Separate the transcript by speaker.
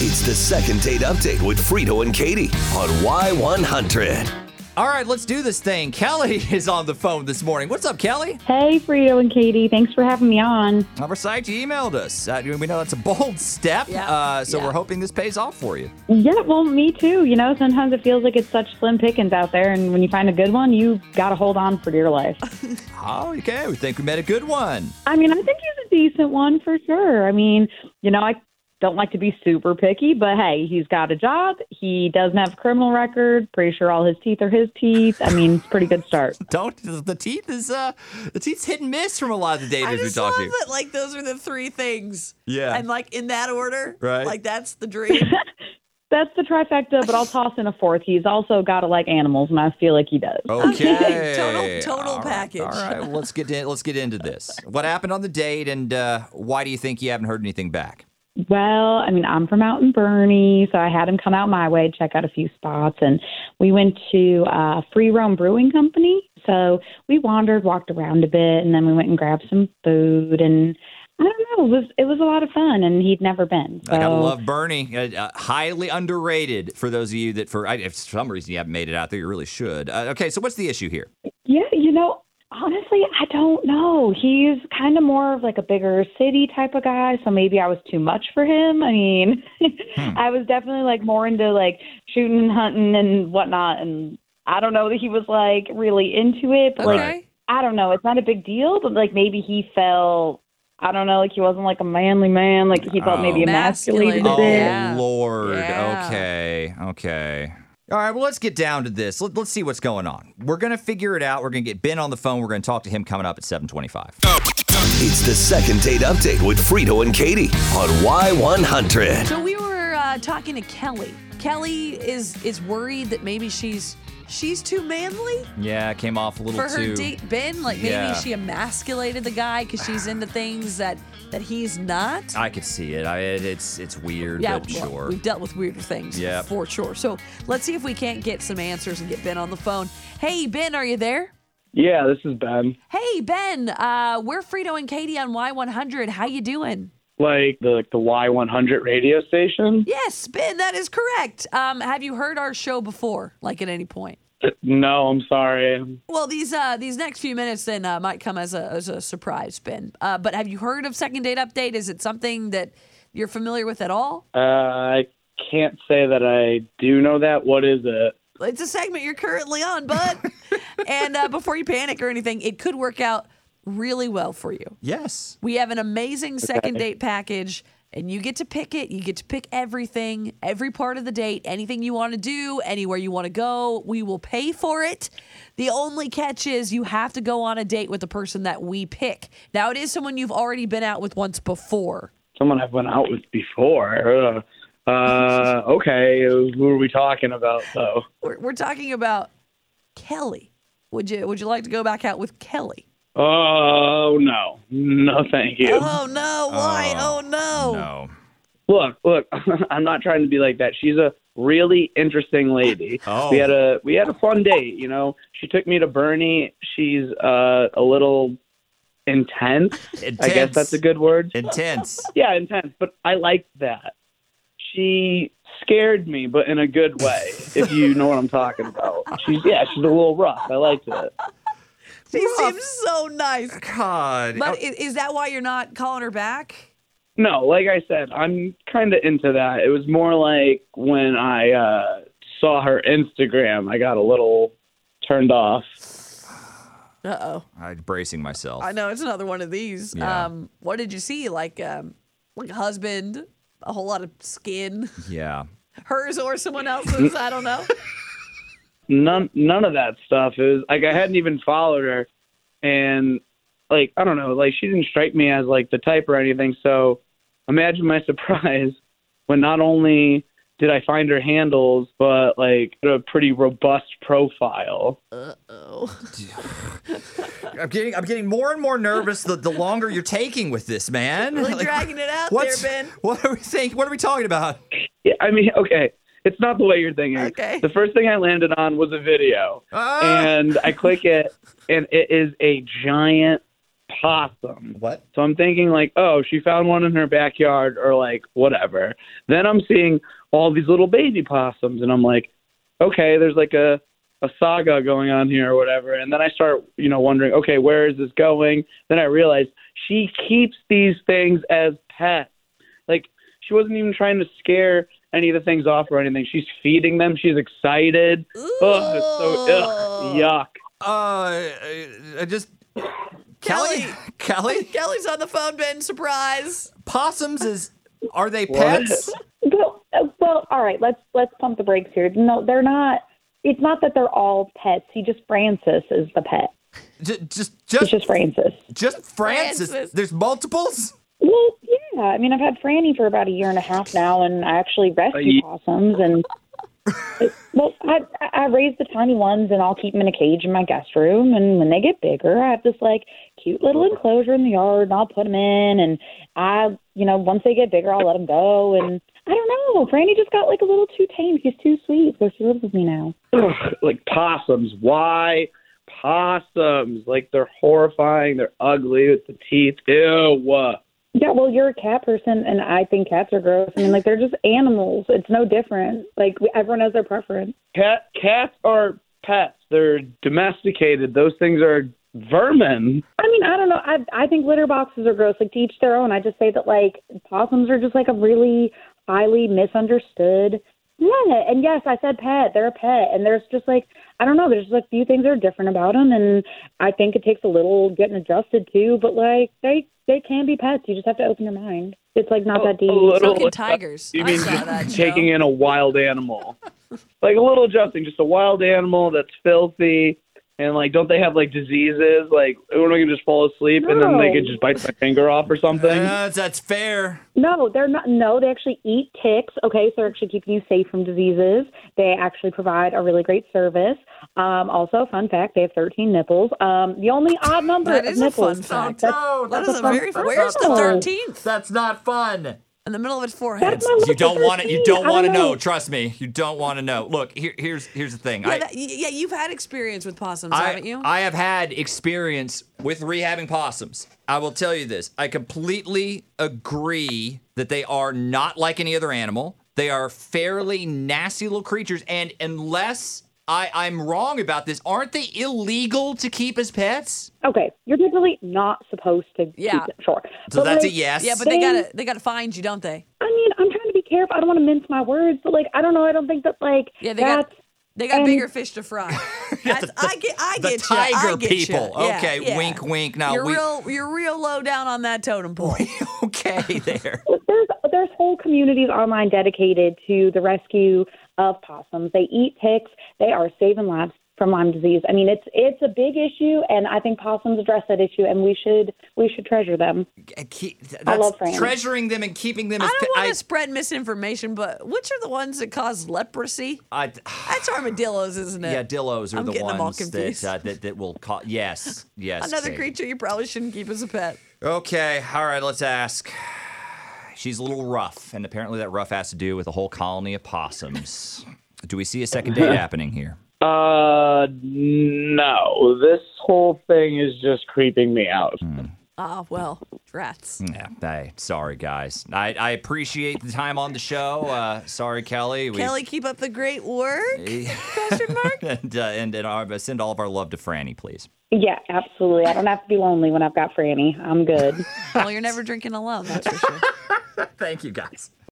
Speaker 1: It's the second date update with Frito and Katie on Y100.
Speaker 2: All right, let's do this thing. Kelly is on the phone this morning. What's up, Kelly?
Speaker 3: Hey, Frito and Katie. Thanks for having me on.
Speaker 2: I'm psyched you emailed us. Uh, we know that's a bold step,
Speaker 4: Yeah,
Speaker 2: uh, so
Speaker 4: yeah.
Speaker 2: we're hoping this pays off for you.
Speaker 3: Yeah, well, me too. You know, sometimes it feels like it's such slim pickings out there, and when you find a good one, you got to hold on for dear life.
Speaker 2: Oh, okay. We think we met a good one.
Speaker 3: I mean, I think he's a decent one for sure. I mean, you know, I don't like to be super picky, but hey, he's got a job. He doesn't have a criminal record. Pretty sure all his teeth are his teeth. I mean, it's a pretty good start.
Speaker 2: Don't the teeth is uh the teeth's hit and miss from a lot of the
Speaker 4: I
Speaker 2: daters we
Speaker 4: just
Speaker 2: talk
Speaker 4: love
Speaker 2: to.
Speaker 4: that. Like those are the three things.
Speaker 2: Yeah.
Speaker 4: And like in that order.
Speaker 2: Right.
Speaker 4: Like that's the dream.
Speaker 3: That's the trifecta, but I'll toss in a fourth. He's also got to like animals, and I feel like he does.
Speaker 2: Okay.
Speaker 4: Total- total
Speaker 2: All right,
Speaker 4: package.
Speaker 2: All right. Well, let's get in, let's get into this. What happened on the date, and uh, why do you think you haven't heard anything back?
Speaker 3: Well, I mean, I'm from out in Bernie, so I had him come out my way, check out a few spots, and we went to uh, Free Roam Brewing Company. So we wandered, walked around a bit, and then we went and grabbed some food. And I don't know, it was it was a lot of fun, and he'd never been. So
Speaker 2: Like, I love Bernie. Uh, uh, highly underrated for those of you that, for I, if for some reason you haven't made it out there, you really should. Uh, okay, so what's the issue here?
Speaker 3: Yeah, you know, honestly, I don't know. He's kind of more of like a bigger city type of guy, so maybe I was too much for him. I mean, I was definitely like more into like shooting and hunting and whatnot, and I don't know that he was like really into it. But like,
Speaker 4: okay.
Speaker 3: I don't know, it's not a big deal, but like maybe he felt. I don't know, like he wasn't like a manly man, like he felt
Speaker 2: Oh.
Speaker 3: maybe emasculated a
Speaker 4: Masculine.
Speaker 2: Oh,
Speaker 3: bit.
Speaker 4: Yeah.
Speaker 2: Lord.
Speaker 4: Yeah.
Speaker 2: Okay. Okay. All right, well, let's get down to this. Let, let's see what's going on. We're going to figure it out. We're going to get Ben on the phone. We're going to talk to him coming up at 725.
Speaker 1: It's the second date update with Frito and Katie on Y100.
Speaker 4: So we were uh, talking to Kelly. Kelly is is worried that maybe she's she's too manly
Speaker 2: Yeah, it came off a little
Speaker 4: for her
Speaker 2: too.
Speaker 4: date Ben. Like maybe
Speaker 2: Yeah.
Speaker 4: she emasculated the guy because she's into things that that he's not.
Speaker 2: I could see it. I, it it's it's weird, but
Speaker 4: well,
Speaker 2: sure.
Speaker 4: We've dealt with weirder things
Speaker 2: Yep.
Speaker 4: for sure. So let's see if we can't get some answers and get Ben on the phone. Hey, Ben, are you there?
Speaker 5: Yeah, this is Ben.
Speaker 4: Hey, Ben, uh, we're Frito and Katie on Y100. How you doing?
Speaker 5: Like the like the Y100 radio station?
Speaker 4: Yes, Ben, that is correct. Um, have you heard our show before, like at any point?
Speaker 5: No, I'm sorry.
Speaker 4: Well, these uh, these next few minutes then uh, might come as a, as a surprise, Ben. Uh, but have you heard of Second Date Update? Is it something that you're familiar with at all?
Speaker 5: Uh, I can't say that I do know that. What is it?
Speaker 4: It's a segment you're currently on, bud. and uh, before you panic or anything, it could work out really well for you.
Speaker 2: yes.
Speaker 4: We have an amazing second date package, and you get to pick it. You get to pick everything, every part of the date, anything you want to do, anywhere you want to go. We will pay for it. The only catch is you have to go on a date with the person that we pick. Now, it is someone you've already been out with once before.
Speaker 5: Someone I've went out with before. Uh, uh, okay, who are we talking about though?
Speaker 4: We're, we're talking about Kelly. Would you Would you like to go back out with Kelly?
Speaker 5: Oh no, no, thank you.
Speaker 4: Oh no! Why? Oh,
Speaker 2: No.
Speaker 4: no!
Speaker 5: Look, look, I'm not trying to be like that. She's a really interesting lady.
Speaker 2: Oh.
Speaker 5: We had a we had a fun date, you know. She took me to Bernie. She's uh, a little intense. I guess
Speaker 2: Intense.
Speaker 5: that's a good word.
Speaker 2: Intense.
Speaker 5: Yeah, intense, but I liked that. She scared me, but in a good way, if you know what I'm talking about. She's yeah, she's a little rough. I liked it.
Speaker 4: She seems so nice.
Speaker 2: God.
Speaker 4: But i is that why you're not calling her back?
Speaker 5: No, like I said, I'm kind of into that. It was more like when I uh, saw her Instagram, I got a little turned off.
Speaker 4: Uh oh.
Speaker 2: I'm bracing myself.
Speaker 4: I know it's another one of these.
Speaker 2: Yeah.
Speaker 4: Um, what did you see? Like, um, like husband, a whole lot of skin,
Speaker 2: Yeah.
Speaker 4: hers or someone else's. I don't know.
Speaker 5: None, none of that stuff is like I hadn't even followed her, and like I don't know, like she didn't strike me as like the type or anything. So imagine my surprise when not only did I find her handles, but like a pretty robust profile.
Speaker 2: I'm getting I'm getting more and more nervous the, the longer you're taking with this, man.
Speaker 4: Really
Speaker 2: Like,
Speaker 4: dragging it out
Speaker 2: what's-
Speaker 4: there, Ben.
Speaker 2: What are we think? What are we talking about?
Speaker 5: Yeah, I mean, okay, it's not the way you're thinking.
Speaker 4: Okay.
Speaker 5: The first thing I landed on was a video,
Speaker 2: Ah!
Speaker 5: and I click it, and it is a giant possum.
Speaker 2: What?
Speaker 5: So I'm thinking like, oh, she found one in her backyard or like whatever. Then I'm seeing all these little baby possums and I'm like, okay, there's like a a saga going on here or whatever. And then I start, you know, wondering, okay, where is this going? Then I realize she keeps these things as pets. Like she wasn't even trying to scare any of the things off or anything. She's feeding them. She's excited. Ugh, Oh, it's so ugh, yuck.
Speaker 2: Uh, I just Kelly, Kelly,
Speaker 4: Kelly's on the phone, Ben. Surprise.
Speaker 2: possums is are they
Speaker 5: What?
Speaker 2: pets?
Speaker 3: Well, uh, well, all right. Let's let's pump the brakes here. No, they're not. It's not that they're all pets. He just Francis is the pet.
Speaker 2: J- just,
Speaker 3: It's
Speaker 2: just,
Speaker 3: just Francis.
Speaker 2: just Francis.
Speaker 4: Francis.
Speaker 2: There's multiples.
Speaker 3: Well, yeah. I mean, I've had Franny for about a year and a half now, and I actually rescue
Speaker 5: ye-
Speaker 3: possums. And well, I I raise the tiny ones, and I'll keep them in a cage in my guest room. And when they get bigger, I have this like cute little enclosure in the yard, and I'll put them in. And I, you know, once they get bigger, I'll let them go. And I don't know. Franny just got like a little too tame. He's too sweet, so she lives with me now.
Speaker 5: Ugh, like possums. Why possums? Like they're horrifying. They're ugly with the teeth. Ew. what?
Speaker 3: Yeah, well, you're a cat person, and I think cats are gross. I mean, like they're just animals. It's no different. Like we- everyone has their preference.
Speaker 5: Cat cats are pets. They're domesticated. Those things are vermin.
Speaker 3: I mean, I don't know. I I think litter boxes are gross. Like to each their own. I just say that like possums are just like a really highly misunderstood. Yeah, and yes, I said pet. They're a pet, and there's just like I don't know. There's just a few things that are different about them, and I think it takes a little getting adjusted to. But like they they can be pets. You just have to open your mind. It's like not that deep.
Speaker 5: A little uh,
Speaker 4: Fucking tigers.
Speaker 5: You
Speaker 4: I
Speaker 5: mean
Speaker 4: saw
Speaker 5: just
Speaker 4: that show.
Speaker 5: taking in a wild animal? like a little adjusting, just a wild animal that's filthy. And like, don't they have like diseases? Like, am I gonna just fall asleep and then they
Speaker 3: No.
Speaker 5: could just bite my finger off or something?
Speaker 2: Uh, that's fair.
Speaker 3: No, they're not. No, they actually eat ticks. Okay, so they're actually keeping you safe from diseases. They actually provide a really great service. Um, also, fun fact: they have 13 nipples. Um, the only odd number
Speaker 4: That
Speaker 3: of
Speaker 4: is a
Speaker 3: nipples.
Speaker 4: fun fact.
Speaker 3: That's,
Speaker 4: Oh, That
Speaker 3: that's
Speaker 4: is a
Speaker 3: fun
Speaker 4: very.
Speaker 3: fact.
Speaker 4: Where's the
Speaker 3: No.
Speaker 4: thirteenth?
Speaker 2: That's not fun.
Speaker 4: In the middle of its forehead.
Speaker 3: That's my
Speaker 2: You
Speaker 3: list
Speaker 2: don't
Speaker 3: of
Speaker 2: want to. You
Speaker 3: 13.
Speaker 2: don't
Speaker 3: I
Speaker 2: want to know.
Speaker 3: know.
Speaker 2: Trust me. You don't want to know. Look, here, here's here's the thing.
Speaker 4: Yeah,
Speaker 2: I,
Speaker 4: that, y- yeah, you've had experience with possums,
Speaker 2: I,
Speaker 4: haven't you?
Speaker 2: I have had experience with rehabbing possums. I will tell you this. I completely agree that they are not like any other animal. They are fairly nasty little creatures. And unless I, I'm wrong about this, aren't they illegal to keep as pets?
Speaker 3: Okay, you're typically not supposed to.
Speaker 4: Yeah.
Speaker 3: Keep it, sure.
Speaker 2: So
Speaker 3: But,
Speaker 2: that's a
Speaker 3: like,
Speaker 2: yes.
Speaker 4: yeah, but they
Speaker 3: Same.
Speaker 4: gotta they gotta find you, don't they?
Speaker 3: I mean, I'm trying to be careful. I don't want to mince my words, but like, I don't know. I don't think that like
Speaker 4: Yeah, they
Speaker 3: that's.
Speaker 4: got they got
Speaker 3: and-
Speaker 4: bigger fish to fry. That's, I get I
Speaker 2: the
Speaker 4: get you. I
Speaker 2: tiger
Speaker 4: get
Speaker 2: people.
Speaker 4: ya. Yeah,
Speaker 2: okay,
Speaker 4: yeah.
Speaker 2: wink, wink. Now
Speaker 4: you're
Speaker 2: we
Speaker 4: real you're real low down on that totem pole.
Speaker 2: okay there.
Speaker 3: there's there's whole communities online dedicated to the rescue of possums. They eat ticks. They are saving lives from Lyme disease. I mean, it's it's a big issue, and I think possums address that issue, and we should we should treasure them.
Speaker 2: And keep- that's
Speaker 3: love Fran.
Speaker 2: treasuring them and keeping them as
Speaker 4: I don't
Speaker 2: pe-
Speaker 4: want to spread misinformation, but which are the ones that cause leprosy?
Speaker 2: I, I
Speaker 4: That's armadillos, isn't it?
Speaker 2: Yeah, dillos are
Speaker 4: I'm
Speaker 2: the
Speaker 4: getting them all
Speaker 2: ones that,
Speaker 4: confused.
Speaker 2: uh, that that will call. Yes, yes.
Speaker 4: Another
Speaker 2: Katie.
Speaker 4: creature you probably shouldn't keep as a pet.
Speaker 2: Okay, all right. Let's ask. She's a little rough, and apparently that rough has to do with a whole colony of possums. Do we see a second date happening here?
Speaker 5: Uh, no. This whole thing is just creeping me out.
Speaker 4: Ah, well, rats.
Speaker 2: Yeah. I, sorry, guys. I, I appreciate the time on the show. Uh, sorry, Kelly. We,
Speaker 4: Kelly, keep up the great work? Question mark.
Speaker 2: and uh, and, and our, send all of our love to Franny, please.
Speaker 3: Yeah, absolutely. I don't have to be lonely when I've got Franny. I'm good.
Speaker 4: Well, you're never drinking alone, that's for sure.
Speaker 2: Thank you, guys.